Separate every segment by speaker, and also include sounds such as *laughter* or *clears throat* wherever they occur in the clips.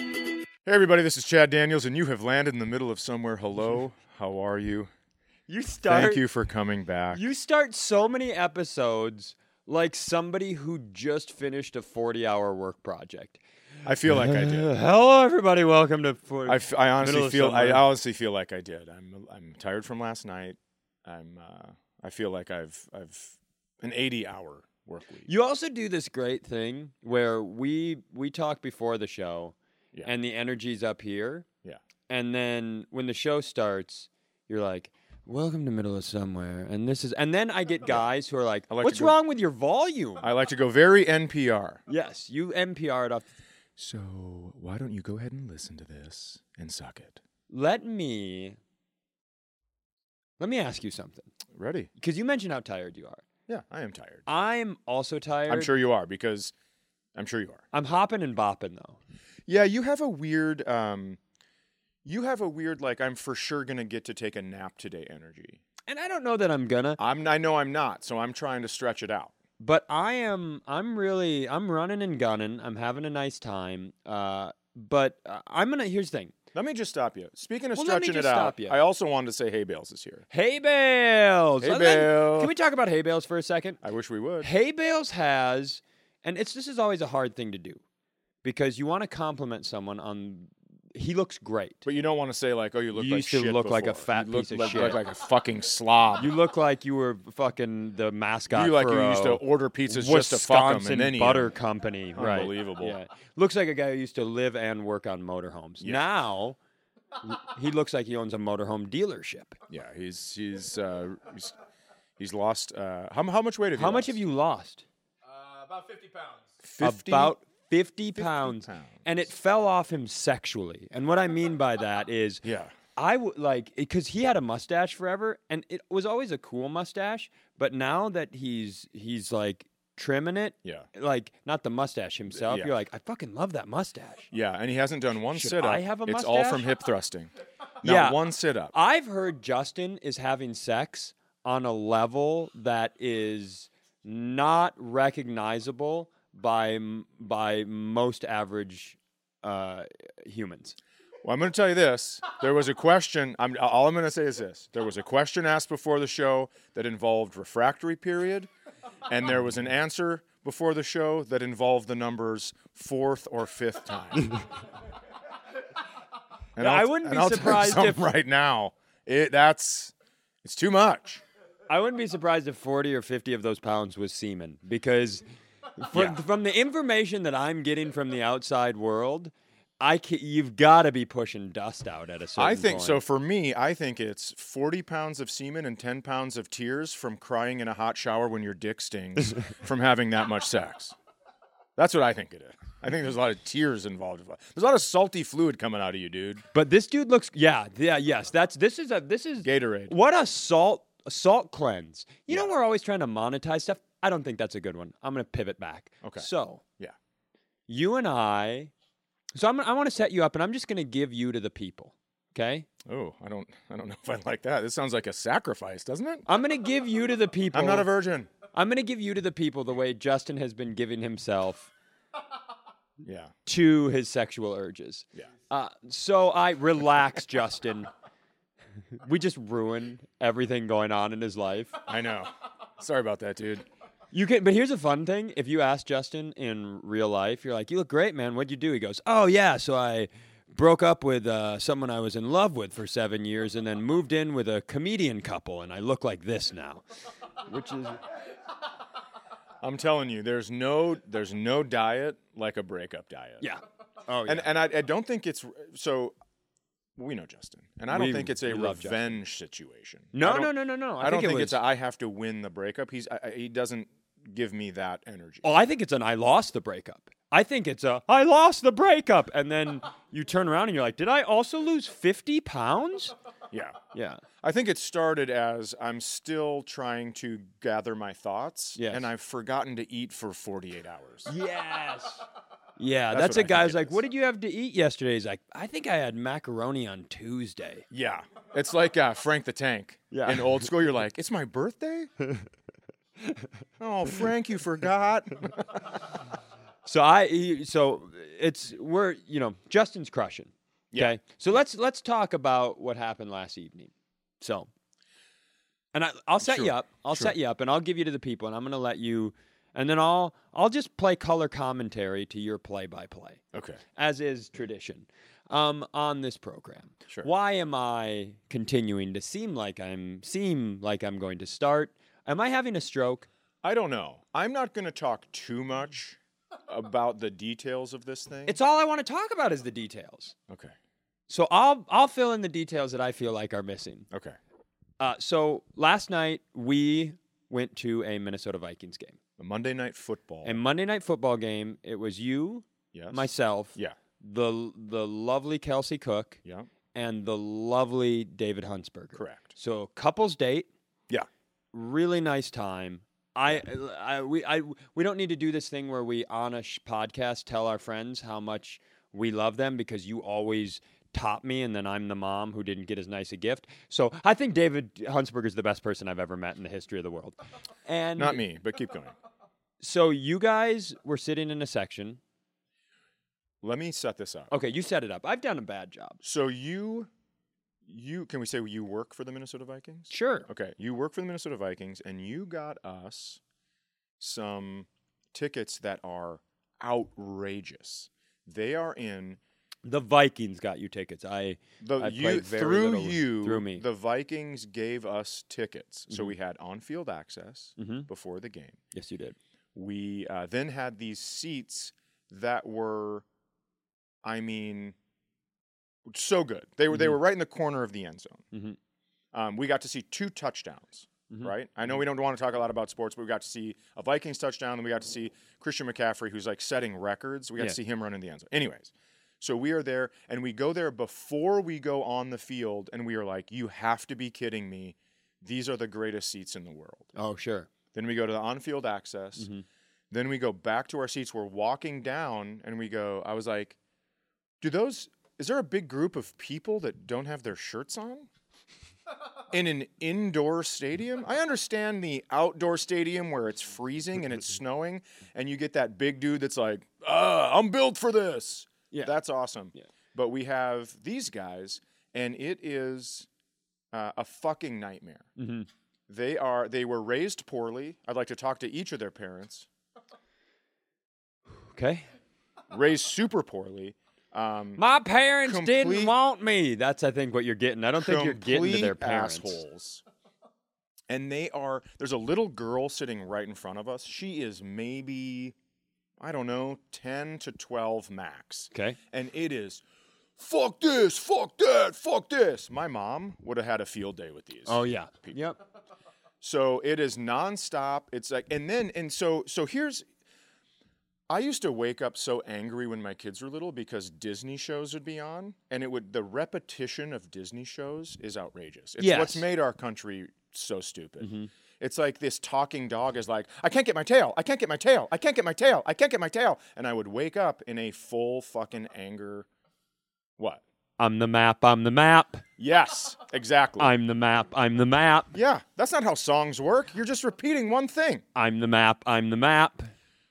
Speaker 1: Hey, everybody, this is Chad Daniels, and you have landed in the middle of somewhere. *laughs* Hello, how are you?
Speaker 2: You start.
Speaker 1: Thank you for coming back.
Speaker 2: You start so many episodes like somebody who just finished a 40 hour work project.
Speaker 1: I feel like I
Speaker 2: Uh,
Speaker 1: did.
Speaker 2: *laughs* hello, everybody. Welcome to 40.
Speaker 1: I, f- I honestly
Speaker 2: Middle of
Speaker 1: feel I
Speaker 2: summer.
Speaker 1: honestly feel like I did. I'm I'm tired from last night. I'm uh, I feel like I've I've an 80 hour work week.
Speaker 2: you also do this great thing where we we talk before the show
Speaker 1: Yeah.
Speaker 2: and the energy's up here.
Speaker 1: Yeah.
Speaker 2: And then when the show starts, you're like, Welcome to Middle of Somewhere. And this is and then I
Speaker 1: *laughs*
Speaker 2: get guys who are like,
Speaker 1: I like to
Speaker 2: What's
Speaker 1: go-
Speaker 2: wrong with your volume?
Speaker 1: I like to go very NPR.
Speaker 2: yes, you NPR'd off
Speaker 1: So why don't you go ahead and listen to this and suck it?
Speaker 2: Let me let me ask you something.
Speaker 1: Ready?
Speaker 2: Because you mentioned how tired you are.
Speaker 1: Yeah, I am tired.
Speaker 2: I'm also tired.
Speaker 1: I'm sure you are because I'm sure you are.
Speaker 2: I'm hopping and bopping though.
Speaker 1: Yeah, you have a weird um you have a weird like I'm for sure going to get to take a nap today energy.
Speaker 2: And I don't know that I'm gonna,
Speaker 1: I'm I know I'm not, so I'm trying to stretch it out.
Speaker 2: but I am I'm really I'm running and gunning. I'm having a nice time. Uh but uh, I'm gonna here's the thing.
Speaker 1: Let me just stop you. Speaking of
Speaker 2: Well, let me
Speaker 1: stretching it
Speaker 2: just
Speaker 1: out,
Speaker 2: stop you.
Speaker 1: I also wanted to say Hay Bales is here.
Speaker 2: Hay bales.
Speaker 1: Hay
Speaker 2: Uh, let-
Speaker 1: bale.
Speaker 2: Can we talk about hay bales for a second?
Speaker 1: I wish we would.
Speaker 2: Hay bales has, and it's this is always a hard thing to do, because you want to compliment someone on he looks great.
Speaker 1: But you don't want to say like, "Oh, you look
Speaker 2: You
Speaker 1: like
Speaker 2: used to
Speaker 1: shit
Speaker 2: look like a
Speaker 1: before.
Speaker 2: fat
Speaker 1: you look
Speaker 2: piece of
Speaker 1: like,
Speaker 2: shit.
Speaker 1: look like a fucking slob.
Speaker 2: You look like you were fucking the mascot.
Speaker 1: You like
Speaker 2: for
Speaker 1: you used to
Speaker 2: a
Speaker 1: order pizzas just to fuck them
Speaker 2: Wisconsin
Speaker 1: and then eat 'em.
Speaker 2: Butter Company. Right.
Speaker 1: Unbelievable.
Speaker 2: Yeah. Looks like a guy who used to live and work on motorhomes.
Speaker 1: Yeah.
Speaker 2: Now he looks like he owns a motorhome dealership.
Speaker 1: Yeah, he's he's uh, he's, he's lost. Uh, how how much weight have you?
Speaker 2: How much
Speaker 1: lost?
Speaker 2: have you lost?
Speaker 3: Uh, about 50 pounds.
Speaker 1: 50?
Speaker 2: About 50 pounds.
Speaker 1: pounds.
Speaker 2: And it fell off him sexually. And what I mean by that is
Speaker 1: Yeah.
Speaker 2: I would like because he had a mustache forever, and it was always a cool mustache. But now that he's he's like trimming it,
Speaker 1: Yeah.
Speaker 2: like not the mustache himself.
Speaker 1: yeah.
Speaker 2: You're like, I fucking love that mustache.
Speaker 1: Yeah, and he hasn't done one
Speaker 2: Should
Speaker 1: sit up.
Speaker 2: I have a
Speaker 1: It's all
Speaker 2: mustache? *laughs*
Speaker 1: from hip thrusting. Not
Speaker 2: Yeah.
Speaker 1: one sit up.
Speaker 2: I've heard Justin is having sex on a level that is not recognizable by m- by most average uh, humans.
Speaker 1: Well, I'm going to tell you this. There was a question. I'm, all I'm going to say is this. There was a question asked before the show that involved refractory period, and there was an answer before the show that involved the numbers fourth or fifth time. and
Speaker 2: Yeah,
Speaker 1: I'll-
Speaker 2: I wouldn't
Speaker 1: and
Speaker 2: be
Speaker 1: I'll tell you
Speaker 2: surprised
Speaker 1: something
Speaker 2: if-
Speaker 1: right now it, that's it's too much.
Speaker 2: I wouldn't be surprised if 40 or 50 of those pounds was semen because from,
Speaker 1: Yeah.
Speaker 2: from the information that I'm getting from the outside world, I ca you've got to be pushing dust out at a certain
Speaker 1: I think
Speaker 2: point.
Speaker 1: so. For me, I think it's 40 pounds of semen and 10 pounds of tears from crying in a hot shower when your dick stings from having that much sex. That's what I think it is. I think there's a lot of tears involved. There's a lot of salty fluid coming out of you, dude.
Speaker 2: But this dude looks yeah, yeah, yes. That's this is a this is
Speaker 1: Gatorade.
Speaker 2: What a salt a salt cleanse. You know
Speaker 1: Yeah.
Speaker 2: we're always trying to monetize stuff. I don't think that's a good one. I'm going to pivot back.
Speaker 1: Okay.
Speaker 2: So,
Speaker 1: Yeah.
Speaker 2: you and I So I'm I want to set you up and I'm just going to give you to the people. Okay?
Speaker 1: Oh, I don't, I don't *laughs* know if I like that. This sounds like a sacrifice, doesn't it?
Speaker 2: I'm going to give you to the people.
Speaker 1: I'm not a virgin.
Speaker 2: I'm going to give you to the people the way Justin has been giving himself
Speaker 1: Yeah,
Speaker 2: to his sexual urges.
Speaker 1: yeah.
Speaker 2: Uh, so I relax, Justin. *laughs* We just ruined everything going on in his life.
Speaker 1: I know. Sorry about that, dude.
Speaker 2: You can, but here's a fun thing. If you ask Justin in real life, you're like, "You look great, man. What'd you do?" He goes, "Oh yeah, so I broke up with uh, someone I was in love with for seven years, and then moved in with a comedian couple, and I look like this now." Which is
Speaker 1: I'm telling you, there's no, there's no diet like a breakup diet.
Speaker 2: yeah. Oh yeah.
Speaker 1: and and I, I don't think it's so. We know Justin, and I don't
Speaker 2: We-
Speaker 1: think it's a
Speaker 2: we love Justin.
Speaker 1: revenge situation. I
Speaker 2: no,
Speaker 1: don't-
Speaker 2: no, no, no, no.
Speaker 1: I, don't
Speaker 2: it
Speaker 1: think
Speaker 2: was-
Speaker 1: it's. A, I have to win the breakup. He's. I, I- he doesn't give me that energy.
Speaker 2: Oh, I think it's an I lost the breakup. I think it's a I lost the breakup. And then you turn around and you're like, did I also lose 50 pounds?
Speaker 1: Yeah,
Speaker 2: Yeah.
Speaker 1: I think it started as I'm still trying to gather my thoughts,
Speaker 2: Yes.
Speaker 1: and I've forgotten to eat for 48 hours.
Speaker 2: Yes. Yeah,
Speaker 1: That's
Speaker 2: that's,
Speaker 1: what I
Speaker 2: a guy
Speaker 1: think
Speaker 2: who's
Speaker 1: it
Speaker 2: like,
Speaker 1: is.
Speaker 2: what did you have to eat yesterday? He's like, I think I had macaroni on Tuesday.
Speaker 1: Yeah, it's like uh, Frank the Tank.
Speaker 2: Yeah.
Speaker 1: in old school, you're like, it's my
Speaker 2: *laughs* *laughs*
Speaker 1: birthday. oh, Frank, you forgot.
Speaker 2: So I he- so it's we're you know Justin's crushing.
Speaker 1: Yeah.
Speaker 2: Okay, so let's let's talk about what happened last evening. So, and I, I'll set you
Speaker 1: Sure.
Speaker 2: up. I'll
Speaker 1: Sure.
Speaker 2: set you up, and I'll give you to the people, and I'm going to let you, and then I'll I'll just play color commentary to your play by play,
Speaker 1: Okay.
Speaker 2: as is tradition, um, on this program.
Speaker 1: Sure.
Speaker 2: Why am I continuing to seem like I'm seem like I'm going to start? Am I having a stroke?
Speaker 1: I don't know. I'm not going to talk too much about the details of this thing.
Speaker 2: It's all I want to talk about is the details.
Speaker 1: okay.
Speaker 2: So I'll I'll fill in the details that I feel like are missing.
Speaker 1: Okay.
Speaker 2: Uh, so last night we went to a Minnesota Vikings game,
Speaker 1: The Monday Night Football.
Speaker 2: a Monday night football game. It was you,
Speaker 1: yes.
Speaker 2: myself,
Speaker 1: Yeah.
Speaker 2: the the lovely Kelsey Cook,
Speaker 1: Yeah.
Speaker 2: and the lovely David Huntsberger.
Speaker 1: Correct.
Speaker 2: So couples date.
Speaker 1: Yeah.
Speaker 2: Really nice time. I, I we I we don't need to do this thing where we on a sh- podcast tell our friends how much we love them because you always top me and then I'm the mom who didn't get as nice a gift. So I think David Huntsberger is the best person I've ever met in the history of
Speaker 1: *laughs*
Speaker 2: the world. And
Speaker 1: Not me, but keep going.
Speaker 2: so you guys were sitting in a section.
Speaker 1: Let me set this up.
Speaker 2: Okay, you set it up. I've done a bad job.
Speaker 1: So you, you can we say you work for the Minnesota Vikings?
Speaker 2: Sure.
Speaker 1: Okay, you work for the Minnesota Vikings, and you got us some tickets that are outrageous. They are in
Speaker 2: The Vikings got you tickets. I
Speaker 1: the
Speaker 2: I
Speaker 1: you
Speaker 2: played very
Speaker 1: through
Speaker 2: little with-
Speaker 1: you
Speaker 2: through me. Mm-hmm.
Speaker 1: The Vikings gave us tickets, so we had on-field access
Speaker 2: Mhm.
Speaker 1: before the game.
Speaker 2: Yes, you did.
Speaker 1: We uh, then had these seats that were, I mean, so good. They were they were right in the corner of the end zone.
Speaker 2: Mhm.
Speaker 1: Um, we got to see two touchdowns. Right, I know we don't want to talk a lot about sports, but we got to see a Vikings touchdown, and we got to see Christian McCaffrey, who's like setting records. We got
Speaker 2: Yeah.
Speaker 1: to see him run in the end zone. Anyways, so we are there, and we go there before we go on the field, and we are like, "You have to be kidding me! These are the greatest seats in the world."
Speaker 2: Oh, sure.
Speaker 1: Then we go to the on field access.
Speaker 2: Mm-hmm.
Speaker 1: Then we go back to our seats. We're walking down and we go, I was like, do those, is there a big group of people that don't have their shirts on? In an indoor stadium? I understand the outdoor stadium where it's freezing
Speaker 2: *laughs*
Speaker 1: and it's snowing and you get that big dude that's like, ah, I'm built for this.
Speaker 2: Yeah.
Speaker 1: That's awesome.
Speaker 2: Yeah.
Speaker 1: But we have these guys and it is uh, a fucking nightmare.
Speaker 2: Mhm.
Speaker 1: They are they were raised poorly. I'd like to talk to each of their parents.
Speaker 2: Okay.
Speaker 1: Raised super poorly. Um,
Speaker 2: My parents didn't
Speaker 1: Complete-
Speaker 2: want me. That's I think what you're getting. I don't think you're getting to their
Speaker 1: complete
Speaker 2: parents.
Speaker 1: assholes. And they are there's a little girl sitting right in front of us. She is maybe I don't know, 10 to 12 max.
Speaker 2: Okay.
Speaker 1: And it is fuck this, fuck that, fuck this. My mom would have had a field day with these.
Speaker 2: Oh yeah. Yep.
Speaker 1: So it is nonstop. It's like, and then, and so, so here's, I used to wake up so angry when my kids were little because Disney shows would be on, and it would, the repetition of Disney shows is outrageous. It's what's
Speaker 2: Yes.
Speaker 1: made our country so stupid. It's like this talking dog is like, I can't get my tail, I can't get my tail, I can't get my tail, I can't get my tail. And I would wake up in a full fucking anger. What?
Speaker 2: I'm the map. I'm the map.
Speaker 1: Yes, exactly.
Speaker 2: I'm the map. I'm the map.
Speaker 1: yeah, that's not how songs work. You're just repeating one thing.
Speaker 2: I'm the map. I'm the map.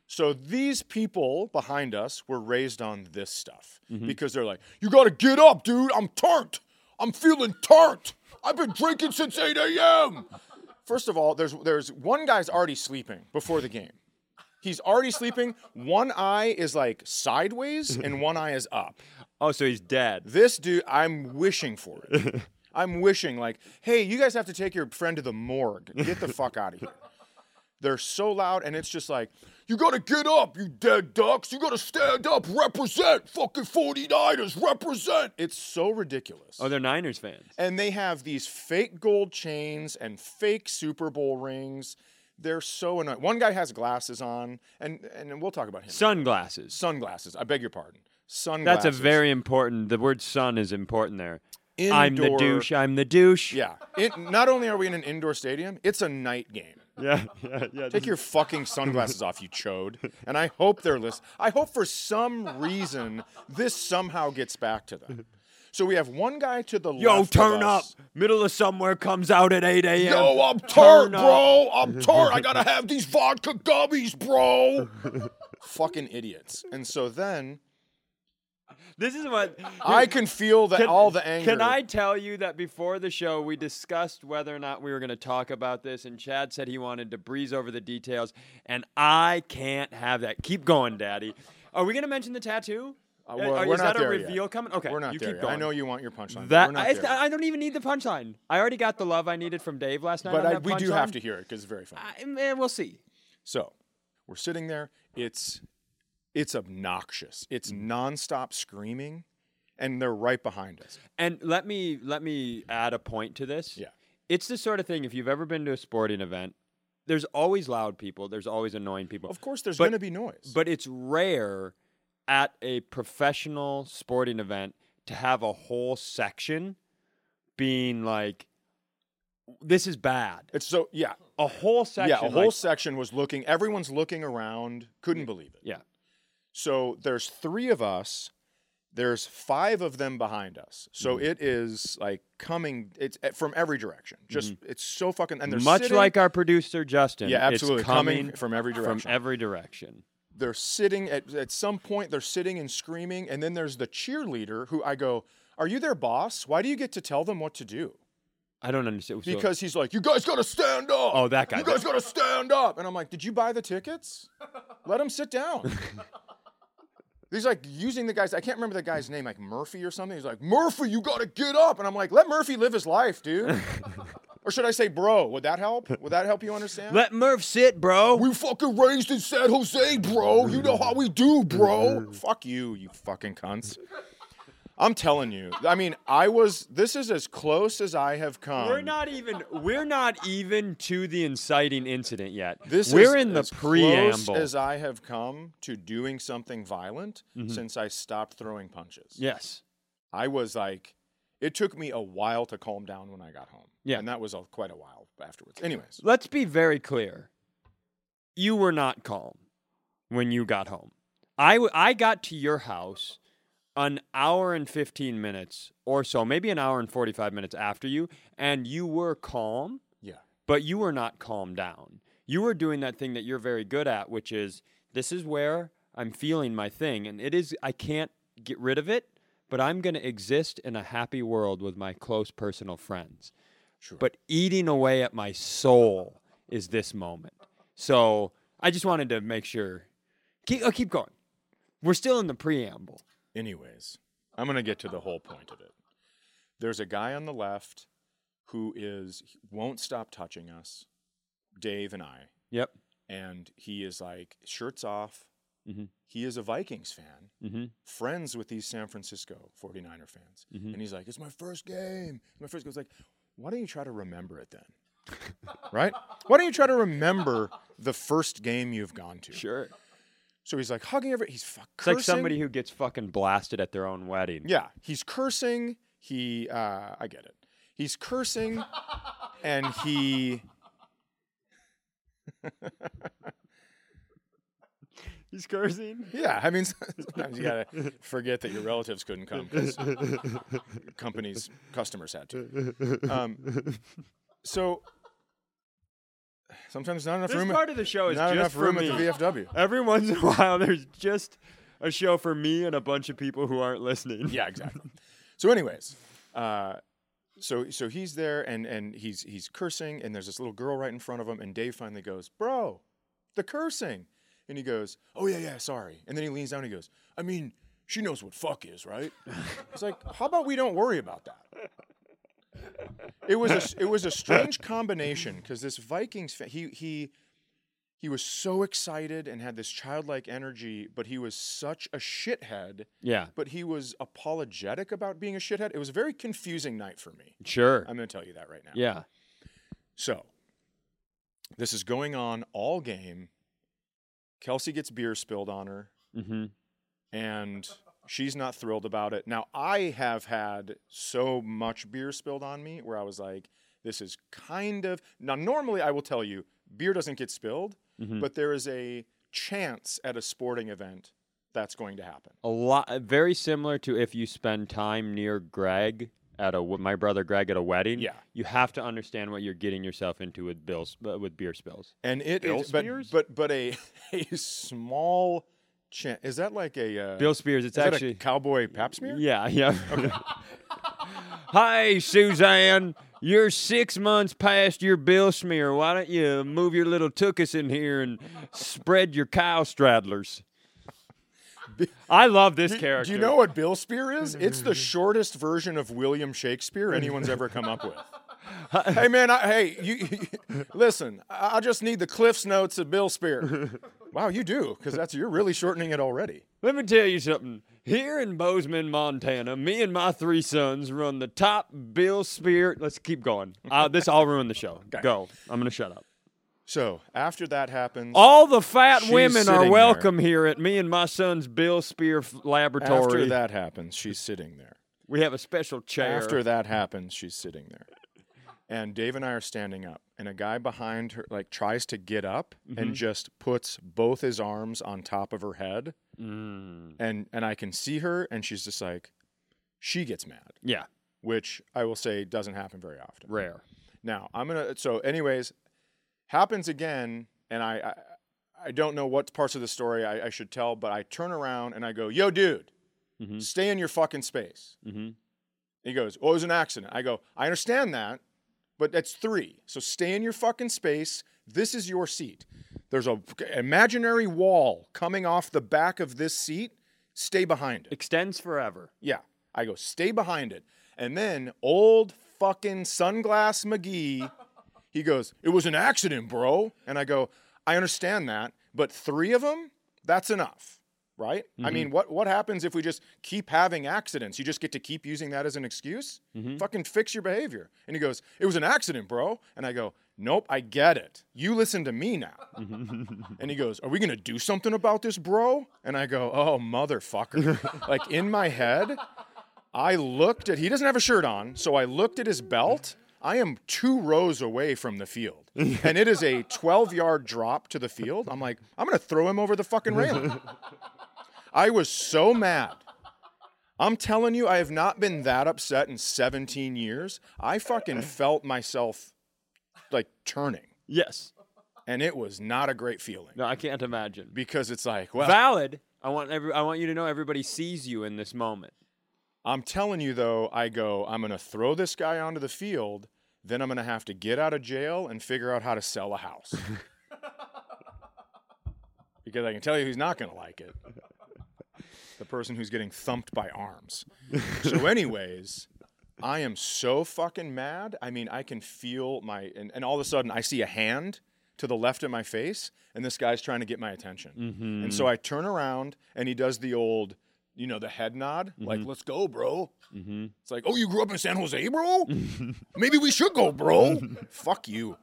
Speaker 1: So these people behind us were raised on this stuff because they're like, "You got to get up, dude. I'm turnt. I'm feeling turnt. I've been drinking since 8 a.m." First of all, there's there's one guy's already sleeping before the game. He's already sleeping. One eye is like sideways and one eye is up.
Speaker 2: Oh, so he's dead.
Speaker 1: This dude, I'm wishing for
Speaker 2: *laughs*
Speaker 1: it. I'm wishing, like, hey, you guys have to take your friend to the morgue. Get the fuck out of here. They're so loud, and it's just like, you gotta get up, you dead ducks. You gotta stand up, represent. Fucking 49ers, represent. It's so ridiculous.
Speaker 2: Oh, they're Niners fans.
Speaker 1: and they have these fake gold chains and fake Super Bowl rings. They're so annoying. One guy has glasses on, and, and we'll talk about him.
Speaker 2: Sunglasses.
Speaker 1: Sunglasses. I beg your pardon. Sunglasses.
Speaker 2: That's a very important. The word "sun" is important there. I'm the
Speaker 1: Indoor-
Speaker 2: douche. I'm the douche.
Speaker 1: Yeah. It, not only are we in an indoor stadium, it's a night game.
Speaker 2: *laughs* Yeah. Yeah. yeah.
Speaker 1: Take your fucking sunglasses off, you chode. And I hope they're list. I hope for some reason this somehow gets back to them. So we have one guy to the
Speaker 2: Yo,
Speaker 1: left.
Speaker 2: turn
Speaker 1: of
Speaker 2: up.
Speaker 1: us.
Speaker 2: Middle of somewhere comes out at 8 a.m.
Speaker 1: Yo, uh, I'm
Speaker 2: Turn
Speaker 1: tart,
Speaker 2: up.
Speaker 1: bro. I'm tart. I gotta have these vodka gummies, bro. fucking idiots. And so then
Speaker 2: This is what
Speaker 1: I can feel that all the anger.
Speaker 2: Can I tell you that before the show we discussed whether or not we were going to talk about this, and Chad said he wanted to breeze over the details, and I can't have that. Keep going, Daddy. Are we going to mention the tattoo?
Speaker 1: Uh,
Speaker 2: Uh,
Speaker 1: well,
Speaker 2: are-
Speaker 1: we're
Speaker 2: is
Speaker 1: not
Speaker 2: that a
Speaker 1: there yet.
Speaker 2: reveal coming? Okay,
Speaker 1: We're not
Speaker 2: you
Speaker 1: there
Speaker 2: keep
Speaker 1: yet.
Speaker 2: going.
Speaker 1: I know you want your punchline.
Speaker 2: That
Speaker 1: We're not
Speaker 2: I, it's-
Speaker 1: there yet.
Speaker 2: I don't even need the punchline. I already got the love. I needed from Dave last night.
Speaker 1: but
Speaker 2: on
Speaker 1: I,
Speaker 2: that
Speaker 1: we do
Speaker 2: punchline.
Speaker 1: have to hear it because it's very funny.
Speaker 2: I, man, we'll see.
Speaker 1: So we're sitting there. It's it's obnoxious. It's
Speaker 2: Mm.
Speaker 1: nonstop screaming, and they're right behind us.
Speaker 2: And let me let me add a point to this.
Speaker 1: Yeah.
Speaker 2: It's the sort of thing if you've ever been to a sporting event, there's always loud people, there's always annoying people.
Speaker 1: Of course, there's
Speaker 2: But-
Speaker 1: going to be noise.
Speaker 2: But it's rare at a professional sporting event to have a whole section being like this is bad.
Speaker 1: it's so yeah,
Speaker 2: A whole section
Speaker 1: yeah. A whole
Speaker 2: like- Mm.
Speaker 1: section was looking. Everyone's looking around. Couldn't believe it.
Speaker 2: Yeah.
Speaker 1: So there's three of us. There's five of them behind us. So
Speaker 2: Mm.
Speaker 1: it is like coming. It's eh, from every direction. Just it's so fucking and they're
Speaker 2: Mm-hmm. Much
Speaker 1: sitting-
Speaker 2: like our producer Justin.
Speaker 1: yeah, absolutely
Speaker 2: It's coming,
Speaker 1: from every direction.
Speaker 2: from every direction.
Speaker 1: they're sitting at, at some point they're sitting and screaming and then there's the cheerleader who i go are you their boss why do you get to tell them what to do
Speaker 2: I don't understand. So-
Speaker 1: because he's like you guys gotta stand up
Speaker 2: Oh, that guy.
Speaker 1: you guys gotta stand up and i'm like did you buy the tickets let them sit
Speaker 2: *laughs*
Speaker 1: down he's like using the guy's i can't remember the guy's name like murphy or something he's like murphy you gotta get up and i'm like let murphy live his life
Speaker 2: *laughs*
Speaker 1: dude or should i say bro would that help would that help you understand
Speaker 2: let Murph sit, bro.
Speaker 1: we fucking raised in San Jose, bro. You know how we do, bro. Mm-hmm. Fuck you, you fucking cunts. I'm telling you. I mean, I was. This is as close as I have come.
Speaker 2: We're not even we're not even to the inciting incident yet.
Speaker 1: This
Speaker 2: we're
Speaker 1: is
Speaker 2: in the
Speaker 1: as
Speaker 2: preamble.
Speaker 1: Close as I have come to doing something violent
Speaker 2: Mm-hmm.
Speaker 1: since I stopped throwing punches.
Speaker 2: yes.
Speaker 1: I was like, it took me a while to calm down when I got home.
Speaker 2: Yeah.
Speaker 1: and that was a, quite a while afterwards. Anyways,
Speaker 2: Let's be very clear. You were not calm when you got home. I w- I got to your house an hour and 15 minutes or so, maybe an hour and 45 minutes after you and you were calm,
Speaker 1: yeah,
Speaker 2: but you were not calmed down. You were doing that thing that you're very good at, which is this is where I'm feeling my thing, and it is I can't get rid of it, but I'm going to exist in a happy world with my close personal friends.
Speaker 1: Sure.
Speaker 2: But eating away at my soul is this moment. So I just wanted to make sure. Keep, oh, keep going. We're still in the preamble.
Speaker 1: Anyways, I'm going to get to the whole point of it. There's a guy on the left who is he won't stop touching us, Dave and I,
Speaker 2: Yep.
Speaker 1: and he is like shirts off.
Speaker 2: Mhm.
Speaker 1: He is a Vikings fan,
Speaker 2: Mm-hmm.
Speaker 1: friends with these San Francisco 49er fans.
Speaker 2: Mm-hmm.
Speaker 1: And he's like, "It's my first game. It's my first game." It's like, "Why don't you try to remember it then?" *laughs* right? Why don't you try to remember the first game you've gone to?
Speaker 2: Sure.
Speaker 1: So he's like hugging every he's fuck
Speaker 2: It's
Speaker 1: cursing.
Speaker 2: like somebody who gets fucking blasted at their own wedding.
Speaker 1: Yeah, he's cursing. He, uh, I get it. He's
Speaker 2: *laughs*
Speaker 1: cursing, and he.
Speaker 2: He's cursing.
Speaker 1: Yeah, I mean, sometimes you gotta forget that your relatives couldn't come because companies, customers had to. Um, so sometimes not enough
Speaker 2: This
Speaker 1: room.
Speaker 2: part of the show is
Speaker 1: not
Speaker 2: just
Speaker 1: enough
Speaker 2: for
Speaker 1: room
Speaker 2: me.
Speaker 1: at the VFW.
Speaker 2: Every once in a *laughs* while, there's just a show for me and a bunch of people who aren't listening.
Speaker 1: Yeah, exactly. so, anyways, uh, so so he's there and and he's he's cursing, and there's this little girl right in front of him, and Dave finally goes, "Bro, the cursing," and he goes, "Oh yeah, yeah, sorry," and then he leans down, and he goes, "I mean, she knows what fuck is, right?" It's like, how about we don't worry about that. It was a, it was a strange combination because this Vikings fan he he he was so excited and had this childlike energy, but he was such a shithead
Speaker 2: Yeah,
Speaker 1: but he was apologetic about being a shithead. It was a very confusing night for me.
Speaker 2: sure.
Speaker 1: I'm going to tell you that right now.
Speaker 2: yeah.
Speaker 1: So, this is going on all game. Kelsey gets beer spilled on her,
Speaker 2: Mm-hmm.
Speaker 1: and she's not thrilled about it. Now, I have had so much beer spilled on me where I was like, this is kind of. Now, normally I will tell you, beer doesn't get spilled,
Speaker 2: Mm-hmm. Mm.
Speaker 1: but there is a chance at a sporting event that's going to happen.
Speaker 2: A lot, very similar to if you spend time near Greg at a my brother Greg at a wedding.
Speaker 1: Yeah.
Speaker 2: you have to understand what you're getting yourself into with bills uh, with beer spills.
Speaker 1: And it is-
Speaker 2: Bill
Speaker 1: but
Speaker 2: Spears?
Speaker 1: but but a *laughs* a small chance. Is that like a uh,
Speaker 2: Bill Spears, it's
Speaker 1: is that a
Speaker 2: actually
Speaker 1: cowboy pap smear?
Speaker 2: yeah, yeah. *laughs*
Speaker 1: *laughs*
Speaker 2: Hi, Suzanne. You're six months past your bill smear. Why don't you move your little tuchus in here and spread your cow
Speaker 1: *laughs*
Speaker 2: straddlers? I love this character.
Speaker 1: Do you know what Bill Spear
Speaker 2: *laughs*
Speaker 1: is? It's the shortest version of William Shakespeare anyone's ever come
Speaker 2: *laughs*
Speaker 1: up with. hey man, I, hey you, *laughs* listen. I I just need the Cliff's notes of Bill
Speaker 2: *laughs*
Speaker 1: Spear. wow, you do because that's you're really shortening it already.
Speaker 2: Let me tell you something. Here in Bozeman, Montana, me and my three sons run the top Bill Spear. Let's keep going. Uh, this all ruined
Speaker 1: *laughs*
Speaker 2: the show. Go. I'm gonna shut up.
Speaker 1: So after that happens,
Speaker 2: All the fat
Speaker 1: She's
Speaker 2: women
Speaker 1: sitting
Speaker 2: are
Speaker 1: there.
Speaker 2: welcome here at me and my son's Bill Spear f-
Speaker 1: after
Speaker 2: laboratory.
Speaker 1: that happens, she's sitting there.
Speaker 2: We have a special chair.
Speaker 1: After that happens, she's sitting there. And Dave and I are standing up, and a guy behind her like tries to get up and just puts both his arms on top of her head.
Speaker 2: Mm,
Speaker 1: And and I can see her and she's just like she gets mad,
Speaker 2: yeah,
Speaker 1: which I will say doesn't happen very often.
Speaker 2: rare.
Speaker 1: Now, I'm going to so anyways, happens again and I, I I don't know what parts of the story I, I should tell, but I turn around and I go, "Yo, dude,
Speaker 2: Mhm.
Speaker 1: stay in your fucking space."
Speaker 2: Mm-hmm.
Speaker 1: He goes, "Oh, it was an accident." I go, "I understand that, but that's three. So stay in your fucking space. This is your seat. There's a imaginary wall coming off the back of this seat. Stay behind it."
Speaker 2: Extends forever.
Speaker 1: Yeah. I go, "Stay behind it." And then old fucking sunglass McGee, he goes, "It was an accident, bro." And I go, "I understand that, but three of them, that's enough." Right? I mean, what what happens if we just keep having accidents? You just get to keep using that as an excuse? Fucking fix your behavior. And he goes, "It was an accident, bro." And I go, "Nope, I get it. You listen to me now." And he goes, "Are we gonna do something about this, bro?" And I go, "Oh, motherfucker!" like in my head, I looked at. He doesn't have a shirt on, so I looked at his belt. I am two rows away from the field, and it is a 12-yard drop to the field. I'm like, I'm gonna throw him over the fucking railing. I was so mad. I'm telling you, I have not been that upset in 17 years. I fucking felt myself like turning,
Speaker 2: Yes.
Speaker 1: and it was not a great feeling
Speaker 2: No, I can't imagine.
Speaker 1: because it's like, well,
Speaker 2: Valid. I want every. I want you to know everybody sees you in this moment.
Speaker 1: I'm telling you though, I go, I'm going to throw this guy onto the field, then I'm going to have to get out of jail and figure out how to sell a house. because I can tell you who's not going to like it. The person who's getting thumped by arms.
Speaker 2: *laughs*
Speaker 1: so anyways, I am so fucking mad. I mean, I can feel my and, and all of a sudden I see a hand to the left of my face and this guy's trying to get my attention.
Speaker 2: Mm-hmm.
Speaker 1: And so I turn around and he does the old, you know, the head nod, like,
Speaker 2: Mm-hmm.
Speaker 1: let's go, bro. It's like, oh, you grew up in San Jose,
Speaker 2: *laughs*
Speaker 1: bro? Maybe we should go, bro. Fuck you.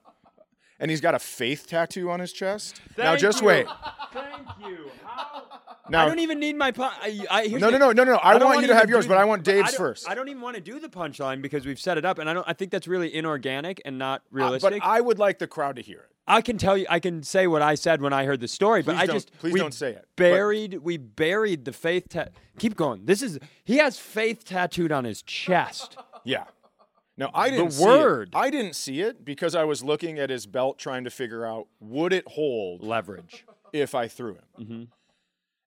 Speaker 1: And he's got a faith tattoo on his chest. now
Speaker 2: Thank
Speaker 1: just
Speaker 2: you.
Speaker 1: wait.
Speaker 2: Thank you. I
Speaker 1: Now
Speaker 2: don't even need my. Pun- I, I, here's
Speaker 1: No,
Speaker 2: the-
Speaker 1: no, no, no, no, no. I
Speaker 2: don't
Speaker 1: want you to
Speaker 2: even
Speaker 1: have yours,
Speaker 2: do-
Speaker 1: but I want
Speaker 2: I
Speaker 1: Dave's
Speaker 2: don't-
Speaker 1: first.
Speaker 2: I don't even want to do the punchline because we've set it up, and I don't. I think that's really inorganic and not
Speaker 1: Uh, but
Speaker 2: realistic. I,
Speaker 1: I would like the crowd to hear it.
Speaker 2: can tell you. I can say what I said when I heard the story, but
Speaker 1: Please
Speaker 2: I
Speaker 1: don't-
Speaker 2: just
Speaker 1: please
Speaker 2: we
Speaker 1: don't say it, but-
Speaker 2: Buried. we buried the faith. Ta- Keep going. This is he has faith tattooed on his chest. *laughs*
Speaker 1: Yeah. No, I didn't. see it.
Speaker 2: word.
Speaker 1: I didn't see it because I was looking at his belt, trying to figure out would it hold
Speaker 2: Leverage.
Speaker 1: if I threw him.
Speaker 2: Mm-hmm.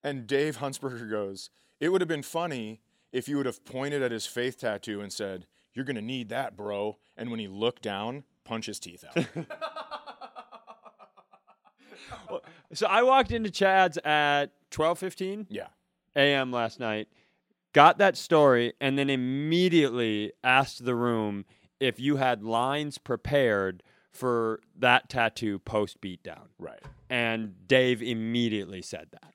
Speaker 1: And Dave Huntsberger goes, "It would have been funny if you would have pointed at his faith tattoo and said." You're gonna need that, bro. And when he looked down, punch his teeth
Speaker 2: *laughs*
Speaker 1: out.
Speaker 2: So I walked into Chad's at twelve fifteen.
Speaker 1: yeah.
Speaker 2: a.m. last night, got that story, and then immediately asked the room if you had lines prepared for that tattoo post beatdown.
Speaker 1: Right.
Speaker 2: And Dave immediately said that.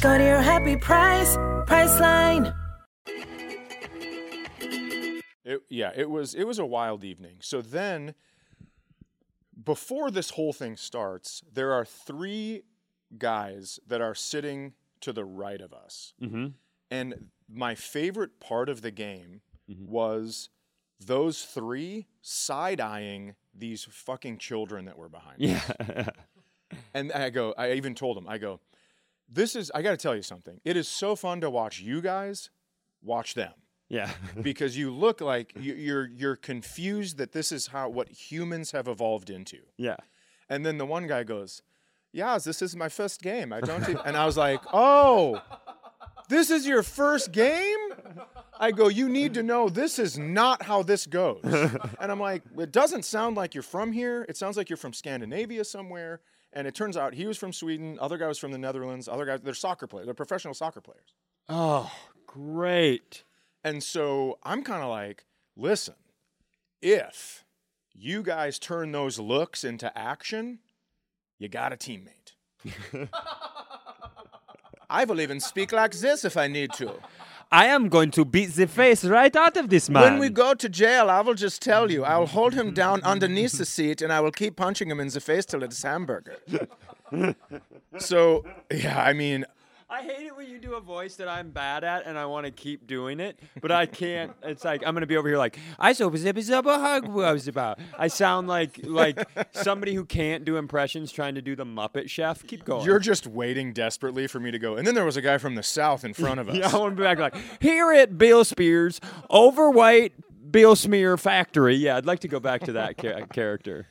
Speaker 4: Go to your happy price, Priceline.
Speaker 1: It, yeah, it was it was a wild evening. So then, before this whole thing starts, there are three guys that are sitting to the right of us,
Speaker 2: Mhm.
Speaker 1: and my favorite part of the game was those three side eyeing these fucking children that were behind. us.
Speaker 2: Yeah. *laughs*
Speaker 1: And I go, I even told him, I go, this is I got to tell you something. It is so fun to watch you guys watch them
Speaker 2: yeah. *laughs*
Speaker 1: because you look like you- you're you're confused that this is how what humans have evolved into.
Speaker 2: Yeah.
Speaker 1: And then the one guy goes, "Yas, this is my first game. I don't." Even, and I was like, "Oh, this is your first game." I go, "You need to know this is not how this goes." And I'm like, "It doesn't sound like you're from here. It sounds like you're from Scandinavia somewhere." And it turns out he was from Sweden. Other guy was from the Netherlands. Other guys, they're soccer players. They're professional soccer players.
Speaker 2: Oh, great.
Speaker 1: And so I'm kind of like, listen, if you guys turn those looks into action, you got a teammate. I will even speak like this if I need to.
Speaker 2: I am going to beat the face right out of this man.
Speaker 1: When we go to jail, I will just tell you, I will hold him down underneath the seat and I will keep punching him in the face till it's hamburger. so, yeah, I mean,
Speaker 2: I hate it when you do a voice that I'm bad at and I want to keep doing it, but I can't. It's like I'm gonna be over here like I so zippy zippa hug what I was about. I sound like like somebody who can't do impressions trying to do the Muppet Chef. Keep going.
Speaker 1: you're just waiting desperately for me to go. And then there was a guy from the South in front of us.
Speaker 2: Yeah, *laughs* I want to be back like here at Bill Spears, overweight Bill Smear Factory. Yeah, I'd like to go back to that cha- character.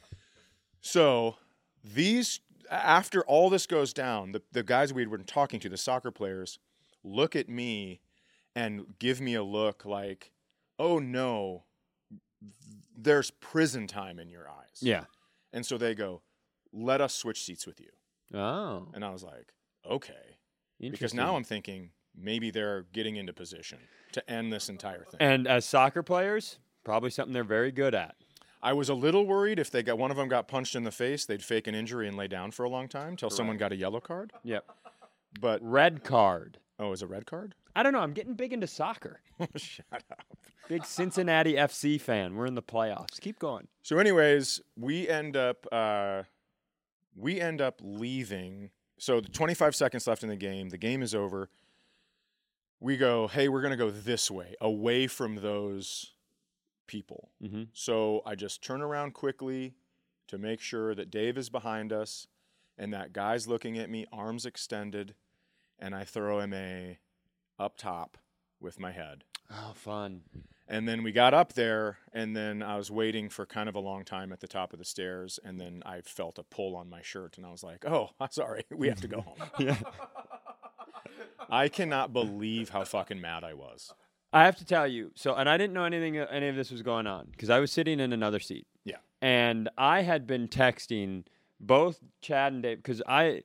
Speaker 1: So these after all this goes down, the, the guys we had been talking to, the soccer players, look at me and give me a look like, oh no, there's prison time in your eyes.
Speaker 2: Yeah.
Speaker 1: And so they go, let us switch seats with you.
Speaker 2: Oh,
Speaker 1: And I was like, okay.
Speaker 2: interesting.
Speaker 1: Because now I'm thinking maybe they're getting into position to end this entire thing.
Speaker 2: and as soccer players, probably something they're very good at.
Speaker 1: I was a little worried if they got one of them got punched in the face, they'd fake an injury and lay down for a long time till someone got a yellow card.
Speaker 2: Yep.
Speaker 1: But
Speaker 2: Red card.
Speaker 1: Oh, is a red card? *laughs*
Speaker 2: I don't know. I'm getting big into soccer.
Speaker 1: Shut up.
Speaker 2: Big Cincinnati FC fan. We're in the playoffs. Keep going.
Speaker 1: So, anyways, we end up uh, we end up leaving. So, the 25 seconds left in the game. The game is over. We go, hey, we're gonna go this way, away from those people.
Speaker 2: Mhm.
Speaker 1: So I just turn around quickly to make sure that Dave is behind us and that guy's looking at me, arms extended, and I throw him a up top with my head.
Speaker 2: Oh, fun.
Speaker 1: And then we got up there, and then I was waiting for kind of a long time at the top of the stairs, and then I felt a pull on my shirt, and I was like, "Oh, *laughs* I'm sorry, we have to go *laughs* home."
Speaker 2: Yeah.
Speaker 1: I cannot believe how fucking mad I was.
Speaker 2: I have to tell you. So, and I didn't know anything, uh, any of this was going on because I was sitting in another seat.
Speaker 1: Yeah,
Speaker 2: and I had been texting both Chad and Dave because I,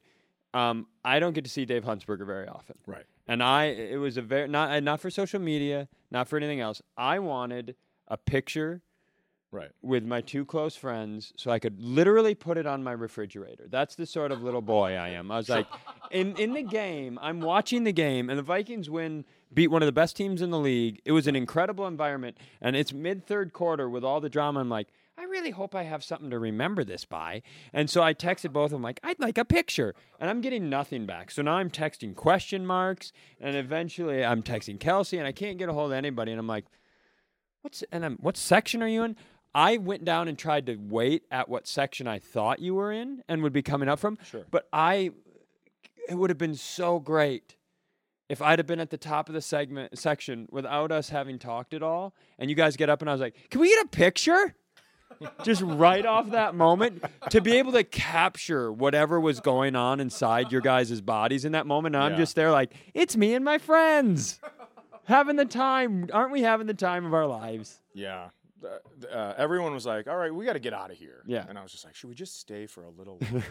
Speaker 2: um, I don't get to see Dave Huntsberger very often,
Speaker 1: right.
Speaker 2: and I it was a very not uh, not for social media, not for anything else. I wanted a picture
Speaker 1: Right.
Speaker 2: with my two close friends so I could literally put it on my refrigerator. That's the sort of little boy I am. I was like, in, in the game, I'm watching the game, and the Vikings win, beat one of the best teams in the league. It was an incredible environment, and it's mid third quarter with all the drama. I'm like, I really hope I have something to remember this by. And so I texted both of them, like, I'd like a picture. And I'm getting nothing back. So now I'm texting question marks, and eventually I'm texting Kelsey, and I can't get a hold of anybody. And I'm like, what's and I'm, what section are you in? I went down and tried to wait at what section I thought you were in and would be coming up from. Sure. But I, it would have been so great if I'd have been at the top of the segment section without us having talked at all. And you guys get up and I was like, "Can we get a picture?" Just right off that moment to be able to capture whatever was going on inside your guys' bodies in that moment. And I'm
Speaker 1: Yeah.
Speaker 2: just there like, "It's me and my friends."
Speaker 5: having the time. Aren't we having the time of our lives?
Speaker 1: Yeah. Uh, th- uh, everyone was like, all right, we got to get out of here.
Speaker 5: Yeah.
Speaker 1: And I was just like, should we just stay for a *laughs* little while?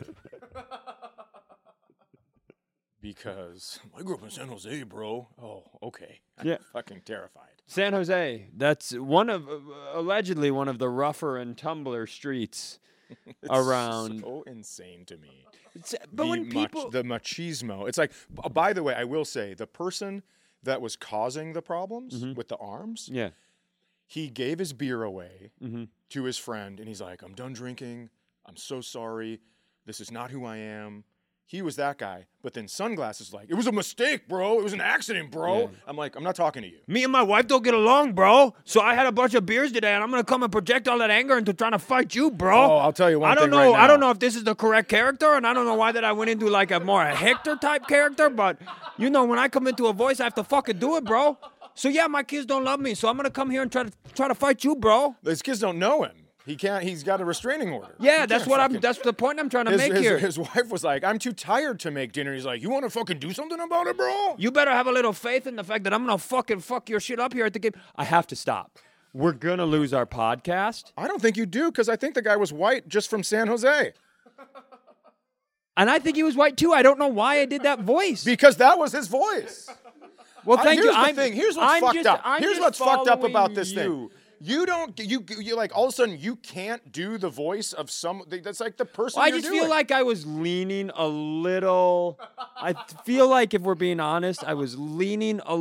Speaker 1: because I grew up in San Jose, bro. Oh, okay. I'm
Speaker 5: Yeah.
Speaker 1: fucking terrified.
Speaker 2: San Jose. That's one of allegedly one of the rougher and tumbler streets around.
Speaker 1: So insane to me.
Speaker 2: It's- uh, but
Speaker 1: the
Speaker 2: when
Speaker 1: mach-
Speaker 2: people
Speaker 1: the machismo. It's like, b- uh, by the way, I will say the person that was causing the problems with the arms,
Speaker 2: Mm-hmm. yeah, Mm-hmm.
Speaker 1: he gave his beer away to his friend and he's like, I'm done drinking. I'm so sorry. This is not who I am. He was that guy. But then sunglasses like, it was a mistake, bro. It was an accident, bro. I'm like, I'm not talking to you.
Speaker 2: me and my wife don't get along, bro. So I had a bunch of beers today, and I'm gonna come and project all that anger into trying to fight you, bro.
Speaker 1: Oh, I'll tell you one
Speaker 2: I don't
Speaker 1: thing
Speaker 2: know.
Speaker 1: right now.
Speaker 2: I don't know if this is the correct character, and I don't know why that I went into like a more a Hector type character. But you know, when I come into a voice, I have to fucking do it, bro. So yeah, my kids don't love me, so I'm gonna come here and try to try to fight you, bro.
Speaker 1: These kids don't know him. He can't. He's got a restraining order.
Speaker 2: Yeah,
Speaker 1: He
Speaker 2: that's
Speaker 1: can't
Speaker 2: what I'm.
Speaker 1: fucking-
Speaker 2: That's the point I'm trying to
Speaker 1: his,
Speaker 2: make
Speaker 1: his-
Speaker 2: here.
Speaker 1: his wife was like, "I'm too tired to make dinner." He's like, "You want to fucking do something about it, bro?"
Speaker 2: You better have a little faith in the fact that I'm gonna fucking fuck your shit up here at the game. I have to stop. We're gonna lose our podcast,
Speaker 1: I don't think you do because I think the guy was white just from San Jose
Speaker 2: and I think he was white too. I don't know why I did that voice.
Speaker 1: because that was his voice.
Speaker 2: well,
Speaker 1: I-
Speaker 2: thank
Speaker 1: here's
Speaker 2: you.
Speaker 1: The
Speaker 2: I'm,
Speaker 1: thing. Here's what's
Speaker 2: I'm
Speaker 1: fucked
Speaker 2: just-
Speaker 1: up.
Speaker 2: I'm
Speaker 1: here's
Speaker 2: just
Speaker 1: what's fucked up about
Speaker 2: following
Speaker 1: this
Speaker 2: you.
Speaker 1: thing. You don't. You you like all of a sudden you can't do the voice of some. That's like the person.
Speaker 2: Well, I
Speaker 1: you're
Speaker 2: just feel
Speaker 1: doing.
Speaker 2: like I was leaning a little. I th- feel like, if we're being honest, I was leaning a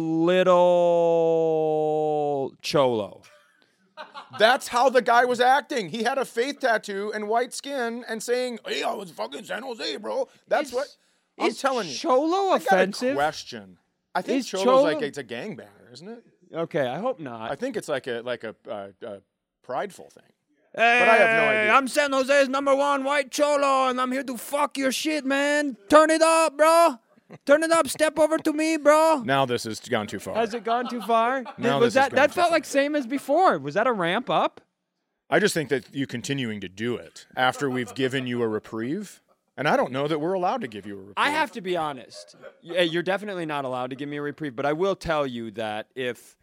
Speaker 2: little cholo.
Speaker 1: That's how the guy was acting. He had a faith tattoo and white skin and saying, "Hey, I was fucking San Jose, bro." That's
Speaker 2: Is-
Speaker 1: what I'm
Speaker 2: is
Speaker 1: telling you. I
Speaker 2: Cholo
Speaker 1: got a
Speaker 2: offensive.
Speaker 1: question. I think
Speaker 2: Is
Speaker 1: Cholo's
Speaker 2: Cholo-
Speaker 1: like it's a gangbanger, isn't it?
Speaker 2: Okay, I hope not.
Speaker 1: I think it's like a like a, uh, a prideful thing.
Speaker 2: Hey,
Speaker 1: I have no idea.
Speaker 2: I'm San Jose's number one white cholo, and I'm here to fuck your shit, man. Turn it up, bro. Turn it up. Step over to me, bro.
Speaker 1: Now this has gone too far.
Speaker 5: Has it gone too far?
Speaker 1: No,
Speaker 5: was
Speaker 1: this has
Speaker 5: that
Speaker 1: gone
Speaker 5: that
Speaker 1: too
Speaker 5: felt
Speaker 1: far.
Speaker 5: like same as before? Was that a ramp up?
Speaker 1: I just think that you continuing to do it after we've given you a reprieve, and I don't know that we're allowed to give you a reprieve.
Speaker 2: I have to be honest. Yeah, You're definitely not allowed to give me a reprieve, but I will tell you that if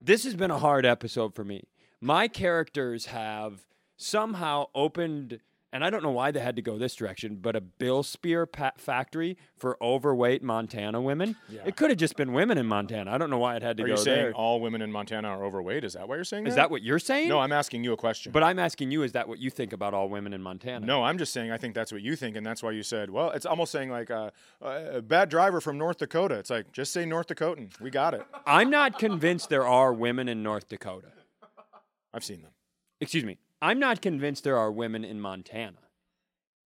Speaker 2: this has been a hard episode for me, my characters have somehow opened, and I don't know why they had to go this direction, but a bill spear pa- factory for overweight Montana women. It could have just been women in Montana. I don't know why it had to
Speaker 1: Are
Speaker 2: go
Speaker 1: you saying
Speaker 2: there. Is
Speaker 1: all women in Montana are overweight? Is that what you're saying?
Speaker 2: that what you're saying?
Speaker 1: No, I'm asking you a question.
Speaker 2: but I'm asking you, is that what you think about all women in Montana?
Speaker 1: no, I'm just saying I think that's what you think, and that's why you said. Well, it's almost saying like uh, uh, a bad driver from North Dakota. It's like just say North Dakotan. We got it.
Speaker 2: I'm not convinced there are women in North Dakota.
Speaker 1: I've seen them.
Speaker 2: excuse me, I'm not convinced there are women in Montana.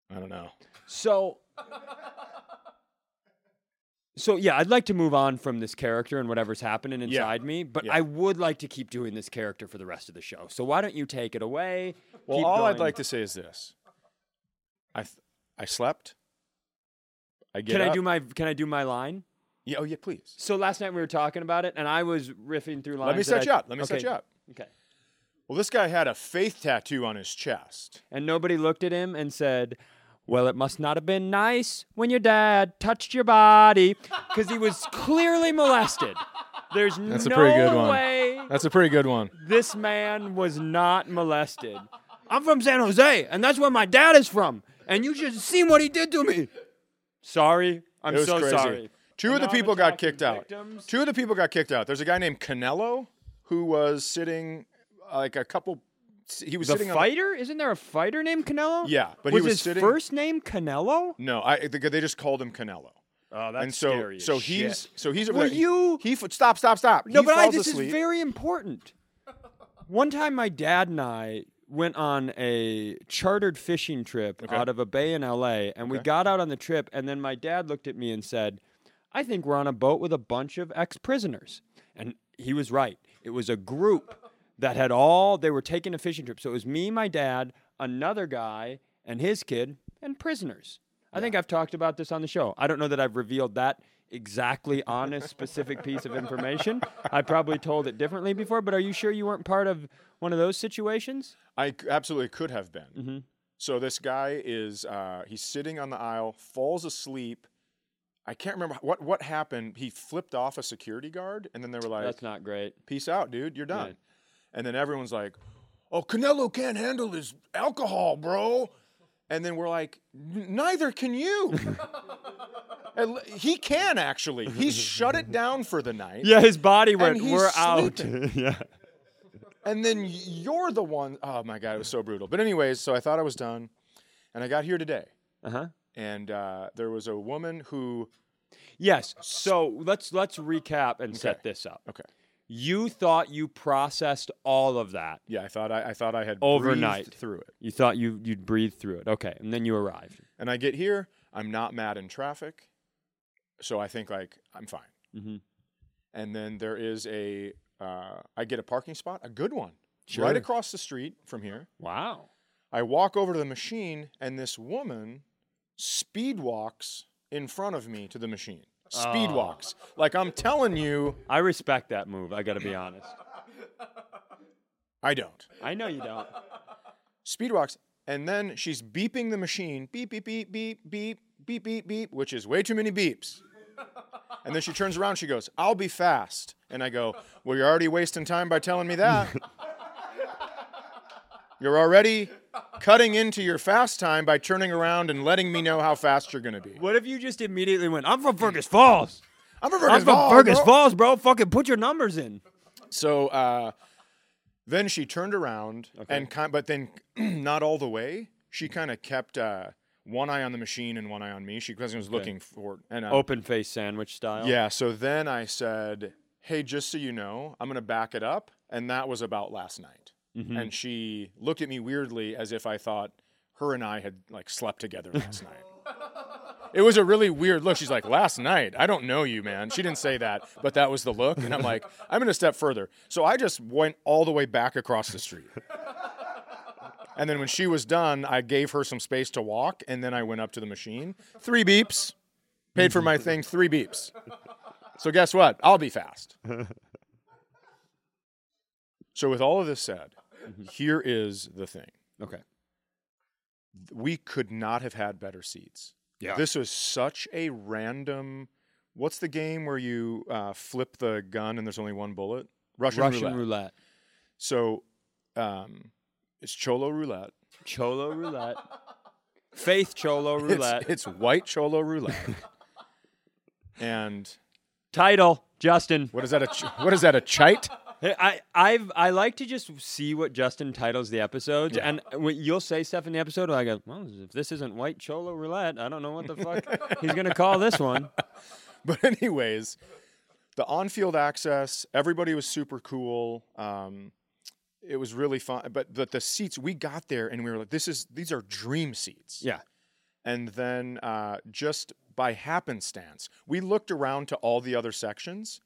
Speaker 1: I don't know.
Speaker 2: So, *laughs* so yeah, I'd like to move on from this character and whatever's happening
Speaker 1: Yeah.
Speaker 2: inside me, but
Speaker 1: Yeah.
Speaker 2: I would like to keep doing this character for the rest of the show. So why don't you take it away?
Speaker 1: Well,
Speaker 2: keep
Speaker 1: all I'd
Speaker 2: going.
Speaker 1: like to say is this: I th- I slept. I get
Speaker 2: can I
Speaker 1: up-
Speaker 2: do my can I do my line?
Speaker 1: Yeah, oh yeah, please.
Speaker 2: So last night we were talking about it, and I was riffing through lines.
Speaker 1: Let me
Speaker 2: that
Speaker 1: set
Speaker 2: I-
Speaker 1: you up. Let me set
Speaker 2: Okay.
Speaker 1: you up.
Speaker 2: Okay.
Speaker 1: Well, this guy had a faith tattoo on his chest.
Speaker 2: And nobody looked at him and said, Well, it must not have been nice when your dad touched your body because he was clearly molested. There's no way
Speaker 1: That's a pretty good one.
Speaker 2: this man was not molested. I'm from San Jose, and that's where my dad is from. And you should have seen what he did to me. Sorry. I'm
Speaker 1: it was
Speaker 2: so
Speaker 1: crazy.
Speaker 2: sorry.
Speaker 1: 2 of the
Speaker 2: now I'm
Speaker 1: people got
Speaker 2: attacking
Speaker 1: kicked out.
Speaker 2: victims.
Speaker 1: Two of the people got kicked out. There's a guy named Canelo who was sitting uh, like a couple. He was
Speaker 2: The
Speaker 1: sitting
Speaker 2: fighter? Isn't there a fighter named Canelo?
Speaker 1: Yeah, but he
Speaker 2: was
Speaker 1: was
Speaker 2: his
Speaker 1: sitting-
Speaker 2: first name Canelo?
Speaker 1: on. No, I, they they just called him Canelo.
Speaker 2: Oh,
Speaker 1: and so, so he's so he's over
Speaker 2: Were
Speaker 1: there.
Speaker 2: you-
Speaker 1: He, he f- stop, stop, stop.
Speaker 2: No,
Speaker 1: he
Speaker 2: but I,
Speaker 1: falls
Speaker 2: this
Speaker 1: asleep.
Speaker 2: is very important. One time, my dad and I went on a chartered fishing trip out of a bay in LA, and we got out on the trip, and then my dad looked at me and said, "I think we're on a boat with a bunch of ex-prisoners," and he was right. It was a group that had all they were taking a fishing trip. So it was me, my dad, another guy, and his kid, and prisoners. I think I've talked about this on the show. I don't know that I've revealed that exactly honest, specific piece of information. I probably told it differently before, but are you sure you weren't part of one of those situations?
Speaker 1: I c- absolutely could have been.
Speaker 2: Mm-hmm.
Speaker 1: So this guy is uh, he's sitting on the aisle, falls asleep. I can't remember what what happened. He flipped off a security guard, and then they were like,
Speaker 2: That's not great.
Speaker 1: peace out, dude. You're done. And then everyone's like, oh, Canelo can't handle his alcohol, bro. And then we're like, "N- neither can
Speaker 2: *laughs*
Speaker 1: you. And l- he can actually. He shut it down for the night.
Speaker 2: Yeah, his body
Speaker 1: went,
Speaker 2: went.
Speaker 1: he's
Speaker 2: We're
Speaker 1: "We're out."
Speaker 2: out. *laughs* yeah.
Speaker 1: And then you're the one oh my God, it was so brutal. But, anyways, so I thought I was done. And I got here today.
Speaker 2: Uh huh.
Speaker 1: And uh, there was a woman who,
Speaker 2: Yes. So let's let's recap and set this up.
Speaker 1: okay.
Speaker 2: You thought you processed all of that.
Speaker 1: Yeah, I thought I, I thought I had
Speaker 2: Overnight.
Speaker 1: breathed through it.
Speaker 2: You thought you you'd breathe through it. Okay, and then you arrived.
Speaker 1: And I get here, I'm not mad in traffic. So I think like I'm fine.
Speaker 2: Mhm.
Speaker 1: And then there is a, uh, I get a parking spot, a good one,
Speaker 2: Sure.
Speaker 1: right across the street from here.
Speaker 2: Wow.
Speaker 1: I walk over to the machine, and this woman speed walks in front of me to the machine. Speed
Speaker 2: Oh.
Speaker 1: walks. Like I'm telling you,
Speaker 2: I respect that move. I got to be honest.
Speaker 1: I don't.
Speaker 2: I know you don't.
Speaker 1: Speed walks. And then she's beeping the machine beep, beep, beep, beep, beep, beep, beep, beep, which is way too many beeps. And then she turns around, she goes, I'll be fast. And I go, Well, you're already wasting time by telling me that. You're already cutting into your fast time by turning around and letting me know how fast you're going to be.
Speaker 2: What if you just immediately went? I'm from Fergus Falls.
Speaker 1: I'm from
Speaker 2: I'm
Speaker 1: Fergus
Speaker 2: from
Speaker 1: Falls,
Speaker 2: Fergus
Speaker 1: bro."
Speaker 2: Falls, bro. Fucking put your numbers in.
Speaker 1: So uh, then she turned around and kind, but then *clears throat* not all the way. She kind of kept uh, one eye on the machine and one eye on me. She 'cause I was looking for and uh,
Speaker 2: Open face sandwich style.
Speaker 1: Yeah. So then I said, "Hey, just so you know, I'm gonna back it up," and that was about last night. And she looked at me weirdly, as if I thought her and I had like slept together last night. It was a really weird look. She's like, last night, I don't know you, man. She didn't say that, but that was the look. And I'm like, *laughs* I'm going to step further. So I just went all the way back across the street. And then when she was done, I gave her some space to walk. And then I went up to the machine. Three beeps, paid for my thing, three beeps. So guess what? I'll be
Speaker 2: *laughs*
Speaker 1: fast. So, with all of this said,
Speaker 2: Mm-hmm.
Speaker 1: here is the thing
Speaker 2: Okay.
Speaker 1: we could not have had better seats.
Speaker 2: Yeah.
Speaker 1: This was such a random. What's the game where you uh, flip the gun and there's only one bullet? Russian,
Speaker 2: Russian
Speaker 1: roulette.
Speaker 2: roulette.
Speaker 1: So um, it's cholo roulette.
Speaker 2: Cholo roulette. Faith Cholo
Speaker 1: It's-
Speaker 2: roulette.
Speaker 1: It's, white cholo roulette. and
Speaker 2: Title Justin.
Speaker 1: what is that? A ch- what is that? A chite?
Speaker 2: Hey, I I've I like to just see what Justin titles the episodes, and when you'll say stuff in the episode, I go, well, if this isn't white cholo roulette, I don't know what the fuck he's gonna call this one.
Speaker 1: *laughs* But anyways, the on-field access, everybody was super cool. Um, it was really fun. But the, the seats, we got there and we were like, this is these are dream seats.
Speaker 2: Yeah.
Speaker 1: And then uh, just by happenstance, we looked around to all the other sections.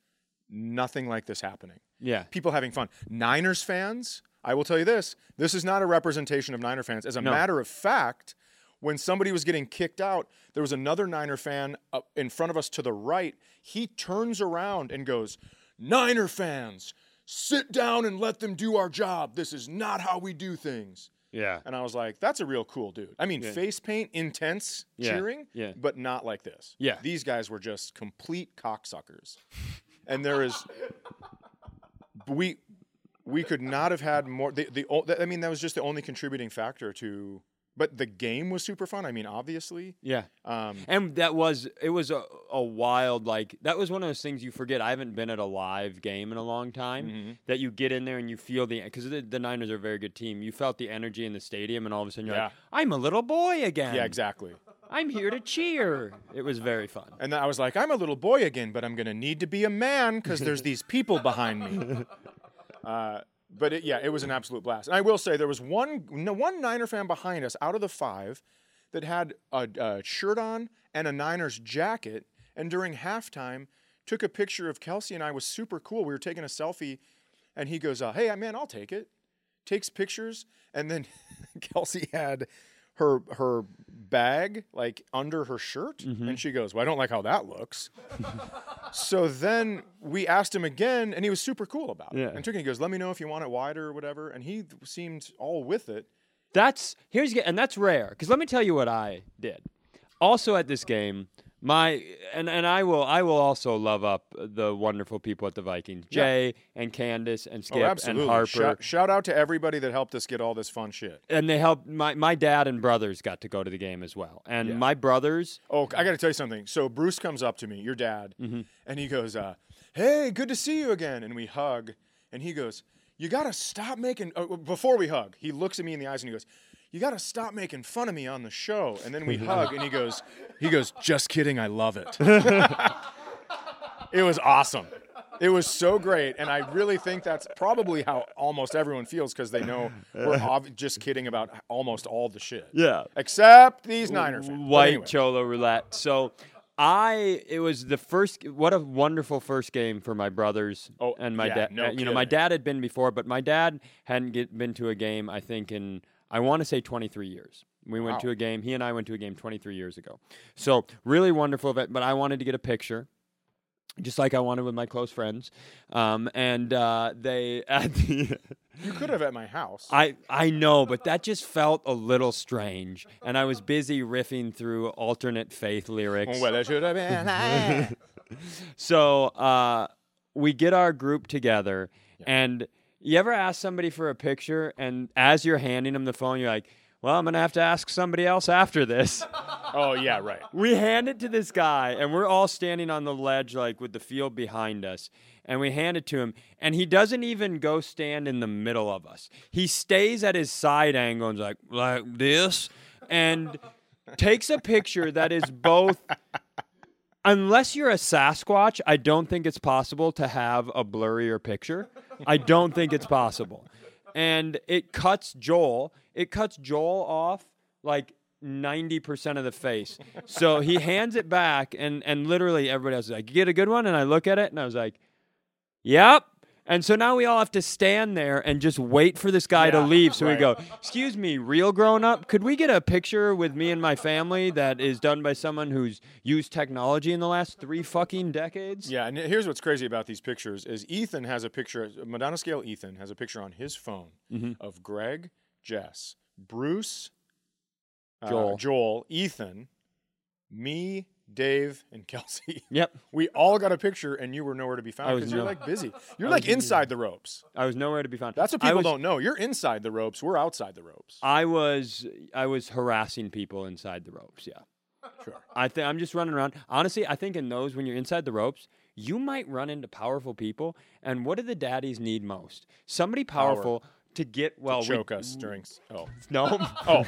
Speaker 1: Nothing like this happening.
Speaker 2: Yeah.
Speaker 1: People having fun. Niners fans, I will tell you this this is not a representation of Niner fans. As a matter of fact, when somebody was getting kicked out, there was another Niner fan up in front of us to the right. He turns around and goes, Niner fans, sit down and let them do our job. This is not how we do things.
Speaker 2: Yeah.
Speaker 1: And I was like, that's a real cool dude. I mean, face paint, intense
Speaker 2: Yeah,
Speaker 1: cheering,
Speaker 2: yeah.
Speaker 1: but not like this.
Speaker 2: Yeah.
Speaker 1: These guys were just complete cocksuckers. and there is *laughs* we we could not have had more the, the o- I mean that was just the only contributing factor to but the game was super fun. I mean, obviously.
Speaker 2: Yeah.
Speaker 1: Um
Speaker 2: And that was it was a, a wild like that was one of those things you forget. I haven't been at a live game in a long time that you get in there and you feel the because the, the Niners are a very good team. You felt the energy in the stadium, and all of a sudden you're like, I'm a little boy again.
Speaker 1: yeah, exactly.
Speaker 2: I'm here to cheer. It was very fun.
Speaker 1: And then I was like, I'm a little boy again, but I'm going to need to be a man because there's these people behind me. Uh, but it, yeah, it was an absolute blast. And I will say, there was one, no, one Niner fan behind us out of the five that had a, a shirt on and a Niners jacket. And during halftime, took a picture of Kelsey and I was super cool. We were taking a selfie, and he goes, uh, "Hey, man, I'll take it." Takes pictures, and then *laughs* Kelsey had her her bag like under her shirt, and she goes, "Well, I don't like how that looks." *laughs* so then we asked him again, and he was super cool about it.
Speaker 2: Yeah.
Speaker 1: And took it. He goes, "Let me know if you want it wider or whatever," and he seemed all with it.
Speaker 2: That's here's and that's rare. Because let me tell you what I did. Also at this game, My and and I will I will also love up the wonderful people at the Vikings,
Speaker 1: Yeah.
Speaker 2: Jay and Candace and
Speaker 1: Oh,
Speaker 2: Skip and
Speaker 1: absolutely.
Speaker 2: Harper.
Speaker 1: Shout, shout out to everybody that helped us get all this fun shit.
Speaker 2: and they helped my, my dad and brothers got to go to the game as well. And my brothers
Speaker 1: Oh, I got to tell you something. So Bruce comes up to me, your dad,
Speaker 2: Mm-hmm.
Speaker 1: and he goes, uh, "Hey, good to see you again." And we hug, and he goes, "You got to stop making." Uh, before we hug, he looks at me in the eyes and he goes, "You got to stop making fun of me on the show." And then we hug, and he goes, "He goes, just kidding. I love it." *laughs* it was awesome. It was so great, and I really think that's probably how almost everyone feels because they know
Speaker 2: *laughs*
Speaker 1: we're ob- just kidding about almost all the shit.
Speaker 2: Yeah.
Speaker 1: except these Niner fans. But
Speaker 2: white
Speaker 1: anyway.
Speaker 2: cholo roulette. So I it was the first what a wonderful first game for my brothers
Speaker 1: Oh,
Speaker 2: and my
Speaker 1: yeah,
Speaker 2: dad.
Speaker 1: no
Speaker 2: you know, my
Speaker 1: kidding.
Speaker 2: dad had been before, but my dad hadn't get, been to a game I think in I want to say 23 years. We went
Speaker 1: Wow.
Speaker 2: to a game. He and I went to a game 23 years ago. So really wonderful event. But I wanted to get a picture just like I wanted with my close friends. Um, and uh, they *laughs* at the
Speaker 1: You could have at my house.
Speaker 2: I I know, but that just felt a little strange. And I was busy riffing through alternate faith lyrics.
Speaker 1: well, it should have
Speaker 2: *laughs*
Speaker 1: been.
Speaker 2: So uh, we get our group together, and you ever ask somebody for a picture, and as you're handing them the phone, you're like. Well, I'm gonna have to ask somebody else after this.
Speaker 1: oh yeah, right.
Speaker 2: we hand it to this guy, and we're all standing on the ledge, like with the field behind us. And we hand it to him, and he doesn't even go stand in the middle of us. He stays at his side angle and's like, like this, and takes a picture that is both. Unless you're a Sasquatch, I don't think it's possible to have a blurrier picture. I don't think it's possible. And it cuts Joel. It cuts Joel off like 90% of the face. So he hands it back, and, and literally everybody else is like, You get a good one? And I look at it and I was like, Yep. And so now we all have to stand there and just wait for this guy to
Speaker 1: Yeah,
Speaker 2: leave. So we
Speaker 1: right.
Speaker 2: go, Excuse me, real grown up, could we get a picture with me and my family that is done by someone who's used technology in the last three fucking decades?
Speaker 1: Yeah, and here's what's crazy about these pictures is Ethan has a picture. Madonna scale Ethan has a picture on his phone
Speaker 2: Mm-hmm.
Speaker 1: of Greg, Jess, Bruce, uh,
Speaker 2: Joel.
Speaker 1: Joel, Ethan, me, Dave, and *laughs* Kelsey.
Speaker 2: Yep.
Speaker 1: We all got a picture, and you were nowhere to be
Speaker 2: I
Speaker 1: found
Speaker 2: was
Speaker 1: because you're
Speaker 2: no-
Speaker 1: like
Speaker 2: *laughs*
Speaker 1: busy. You're like inside the ropes.
Speaker 2: I was nowhere to be found.
Speaker 1: That's what
Speaker 2: I
Speaker 1: people
Speaker 2: was-
Speaker 1: don't know. You're inside the ropes. We're outside the ropes.
Speaker 2: I was I was harassing people inside the ropes. Yeah,
Speaker 1: Sure.
Speaker 2: I think I'm just running around. Honestly, I think in those when you're inside the ropes, you might run into powerful people. And what do the daddies need most? Somebody powerful to get well. we-
Speaker 1: Choke us during. Oh.
Speaker 2: *laughs* No,
Speaker 1: *laughs* Oh,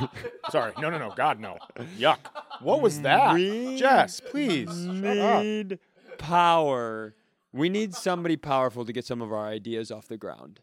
Speaker 1: sorry. No, no, no. God, no. Yuck. What
Speaker 2: Mm,
Speaker 1: was that? Jess, please. Shut up.
Speaker 2: need power. We need somebody powerful to get some of our ideas off the ground.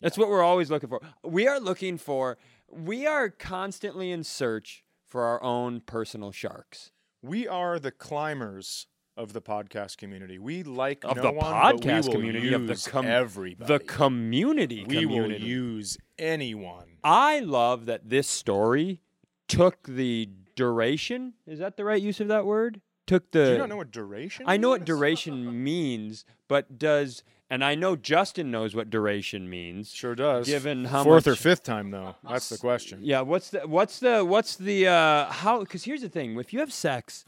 Speaker 2: That's what we're always looking for. We are looking for. We are constantly in search for our own personal sharks.
Speaker 1: We are the climbers of the podcast community. We like
Speaker 2: of
Speaker 1: no
Speaker 2: the
Speaker 1: one, but we
Speaker 2: podcast
Speaker 1: will
Speaker 2: community of the
Speaker 1: use
Speaker 2: com-
Speaker 1: everybody.
Speaker 2: the community
Speaker 1: we
Speaker 2: community.
Speaker 1: will use anyone.
Speaker 2: I love that this story took the duration. Is that the right use of that word? Took the.
Speaker 1: Do you not know what duration?
Speaker 2: I know what
Speaker 1: means?
Speaker 2: duration means, but does and I know Justin knows what duration means.
Speaker 1: Sure does.
Speaker 2: Given how
Speaker 1: fourth or
Speaker 2: much-
Speaker 1: fifth time though, that's the question.
Speaker 2: Yeah, what's the what's the what's the uh how cuz here's the thing, if you have sex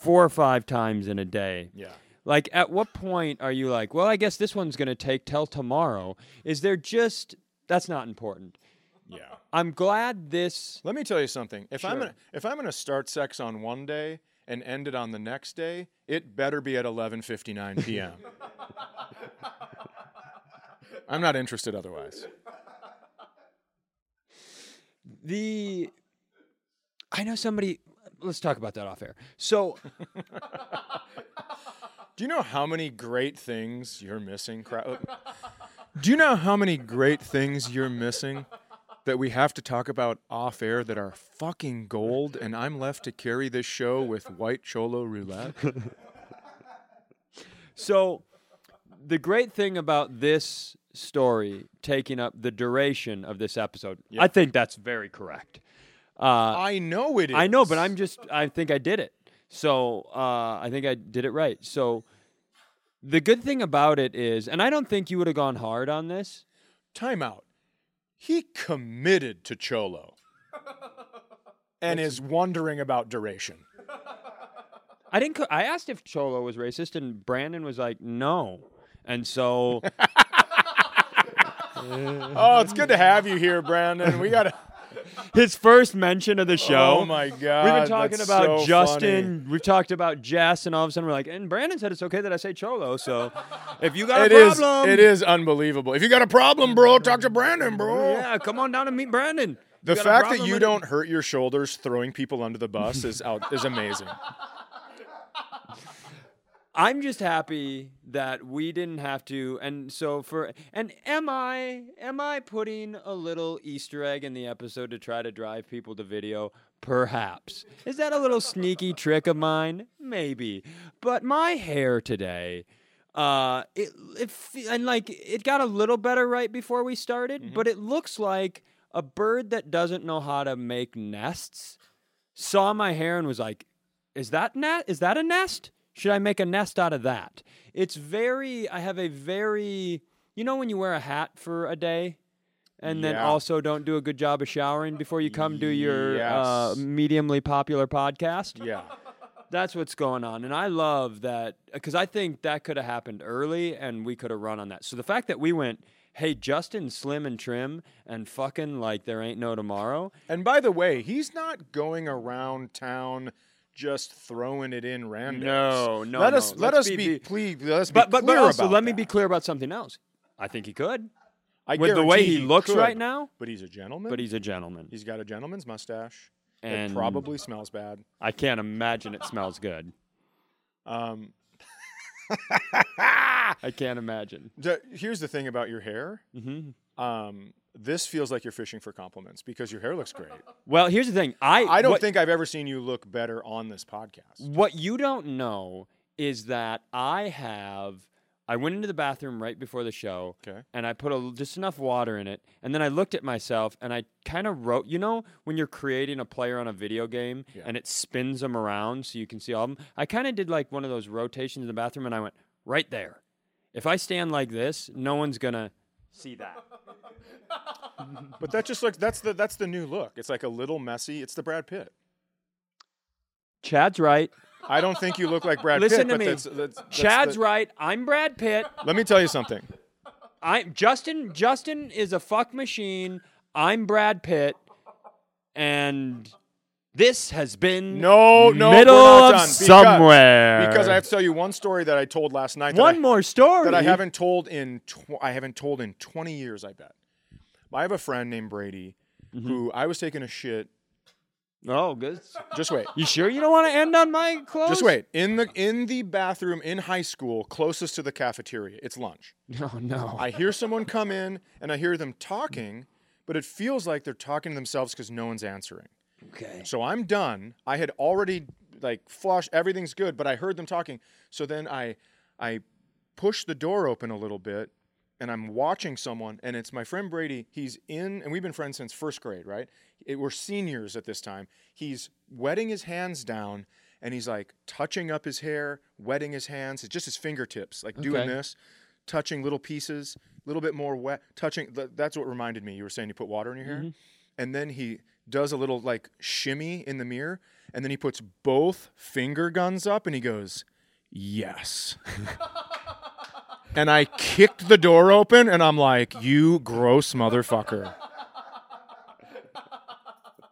Speaker 2: 4 or 5 times in a day.
Speaker 1: Yeah.
Speaker 2: Like at what point are you like, well, I guess this one's going to take till tomorrow? Is there just that's not important.
Speaker 1: Yeah.
Speaker 2: I'm glad this
Speaker 1: Let me tell you something. If I'm
Speaker 2: Sure.
Speaker 1: gonna if I'm gonna start sex on one day and end it on the next day, it better be at 11:59 p.m. I'm not interested otherwise.
Speaker 2: the I know somebody let's talk about that off air. So,
Speaker 1: Do you know how many great things you're missing? Crow- Do you know how many great things you're missing that we have to talk about off air that are fucking gold and I'm left to carry this show with white cholo roulette?
Speaker 2: So, the great thing about this story taking up the duration of this episode, I think that's very correct. Uh,
Speaker 1: I know it is.
Speaker 2: I know, but I'm just, I think I did it. So, uh, I think I did it right. So, the good thing about it is, and I don't think you would have gone hard on this.
Speaker 1: timeout. He committed to
Speaker 2: *laughs* *laughs*
Speaker 1: Cholo and is wondering about duration.
Speaker 2: I didn't. Co- I asked if Cholo was racist, and Brandon was like, "No."
Speaker 1: *laughs*
Speaker 2: And so
Speaker 1: Oh, it's good to have you here, Brandon. We got
Speaker 2: *laughs*
Speaker 1: to.
Speaker 2: his first mention of the show.
Speaker 1: Oh my God.
Speaker 2: We've been talking
Speaker 1: that's
Speaker 2: about
Speaker 1: so
Speaker 2: Justin. We've talked about Jess, and all of a sudden we're like, and Brandon said it's okay that I say Cholo. So if you got
Speaker 1: funny. It
Speaker 2: a
Speaker 1: is.
Speaker 2: problem,
Speaker 1: It is unbelievable. If you got a problem, bro, talk to Brandon, bro.
Speaker 2: Yeah, come on down and meet Brandon.
Speaker 1: The
Speaker 2: You got a
Speaker 1: fact that
Speaker 2: problem
Speaker 1: you
Speaker 2: with
Speaker 1: don't hurt your shoulders throwing people under the bus is out is amazing.
Speaker 2: I'm just happy that we didn't have to. And so for and am I am I putting a little Easter egg in the episode to try to drive people to video? Perhaps. Is that a little sneaky trick of mine? Maybe. But my hair today uh it, it fe- and like it got a little better right before we started,
Speaker 1: Mm-hmm.
Speaker 2: but it looks like a bird that doesn't know how to make nests saw my hair and was like, "Is that net? Is that a nest? Should I make a nest out of that?" It's very. I have a very. You know when you wear a hat for a day, and then
Speaker 1: Yeah.
Speaker 2: also don't do a good job of showering before you come do your uh,
Speaker 1: Yes.
Speaker 2: mediumly popular podcast.
Speaker 1: Yeah.
Speaker 2: That's what's going on, and I love that because I think that could have happened early, and we could have run on that. So the fact that we went. Hey, Justin, slim and trim, and fucking like there ain't no tomorrow.
Speaker 1: And by the way, he's not going around town just throwing it in randomly.
Speaker 2: No, no,
Speaker 1: Let
Speaker 2: no.
Speaker 1: us let us
Speaker 2: Let's
Speaker 1: be,
Speaker 2: be- be-
Speaker 1: please let us be
Speaker 2: But but, but
Speaker 1: clear
Speaker 2: also,
Speaker 1: about
Speaker 2: let me
Speaker 1: that.
Speaker 2: be clear about something else. I think he could,
Speaker 1: I
Speaker 2: with the way
Speaker 1: guarantee
Speaker 2: he looks
Speaker 1: could,
Speaker 2: right now.
Speaker 1: But he's a gentleman.
Speaker 2: but he's a gentleman.
Speaker 1: he's got a gentleman's mustache.
Speaker 2: And-
Speaker 1: it probably smells bad.
Speaker 2: I can't imagine it smells good.
Speaker 1: Um, *laughs*
Speaker 2: I can't imagine.
Speaker 1: the- here's the thing about your hair.
Speaker 2: hmm
Speaker 1: Um, this feels like you're fishing for compliments because your hair looks
Speaker 2: *laughs*
Speaker 1: great.
Speaker 2: Well, here's the thing. I
Speaker 1: I don't
Speaker 2: what-
Speaker 1: think I've ever seen you look better on this podcast.
Speaker 2: What you don't know is that I have. I went into the bathroom right before the show,
Speaker 1: Okay.
Speaker 2: and I put a, l- just enough water in it, and then I looked at myself, and I kind of wrote. You know, when you're creating a player on a video game,
Speaker 1: Yeah.
Speaker 2: and it spins them around so you can see all of them. I kind of did like one of those rotations in the bathroom, and I went right there. If I stand like this, no one's gonna see that.
Speaker 1: But that just looks that's the that's the new look. It's like a little messy. It's the Brad Pitt.
Speaker 2: Chad's right.
Speaker 1: I don't think you look like Brad Pitt.
Speaker 2: Listen to
Speaker 1: but
Speaker 2: me.
Speaker 1: That's, that's, that's
Speaker 2: Chad's
Speaker 1: the-
Speaker 2: right. I'm Brad Pitt.
Speaker 1: Let me tell you something.
Speaker 2: I'm Justin. Justin is a fuck machine. I'm Brad Pitt, and this has been
Speaker 1: No, no,
Speaker 2: middle
Speaker 1: we're not
Speaker 2: of
Speaker 1: done because-
Speaker 2: somewhere.
Speaker 1: Because I have to tell you one story that I told last night. that
Speaker 2: one
Speaker 1: I-
Speaker 2: more story
Speaker 1: that I haven't told in tw- I haven't told in 20 years. I bet. I have a friend named Brady,
Speaker 2: Mm-hmm.
Speaker 1: who I was taking a shit.
Speaker 2: Oh, good.
Speaker 1: Just wait.
Speaker 2: You sure you don't want to end on my clothes?
Speaker 1: Just wait. In the in the bathroom in high school, closest to the cafeteria. It's lunch.
Speaker 2: *laughs* No, no.
Speaker 1: I hear someone come in and I hear them talking, but it feels like they're talking to themselves because no one's answering.
Speaker 2: okay.
Speaker 1: So I'm done. I had already like flushed, everything's good, but I heard them talking. So then I I push the door open a little bit and I'm watching someone and it's my friend Brady. He's in and we've been friends since first grade, right? It, we're seniors at this time. He's wetting his hands down and he's like touching up his hair, wetting his hands, it's just his fingertips, like doing
Speaker 2: Okay.
Speaker 1: this, touching little pieces, a little bit more wet, touching th- that's what reminded me. You were saying you put water in your hair and then he does a little like shimmy in the mirror and then he puts both finger guns up and he goes yes and i kicked the door open and i'm like you gross motherfucker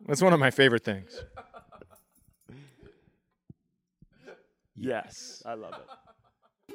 Speaker 1: that's one of my favorite things
Speaker 2: Yes, I love it.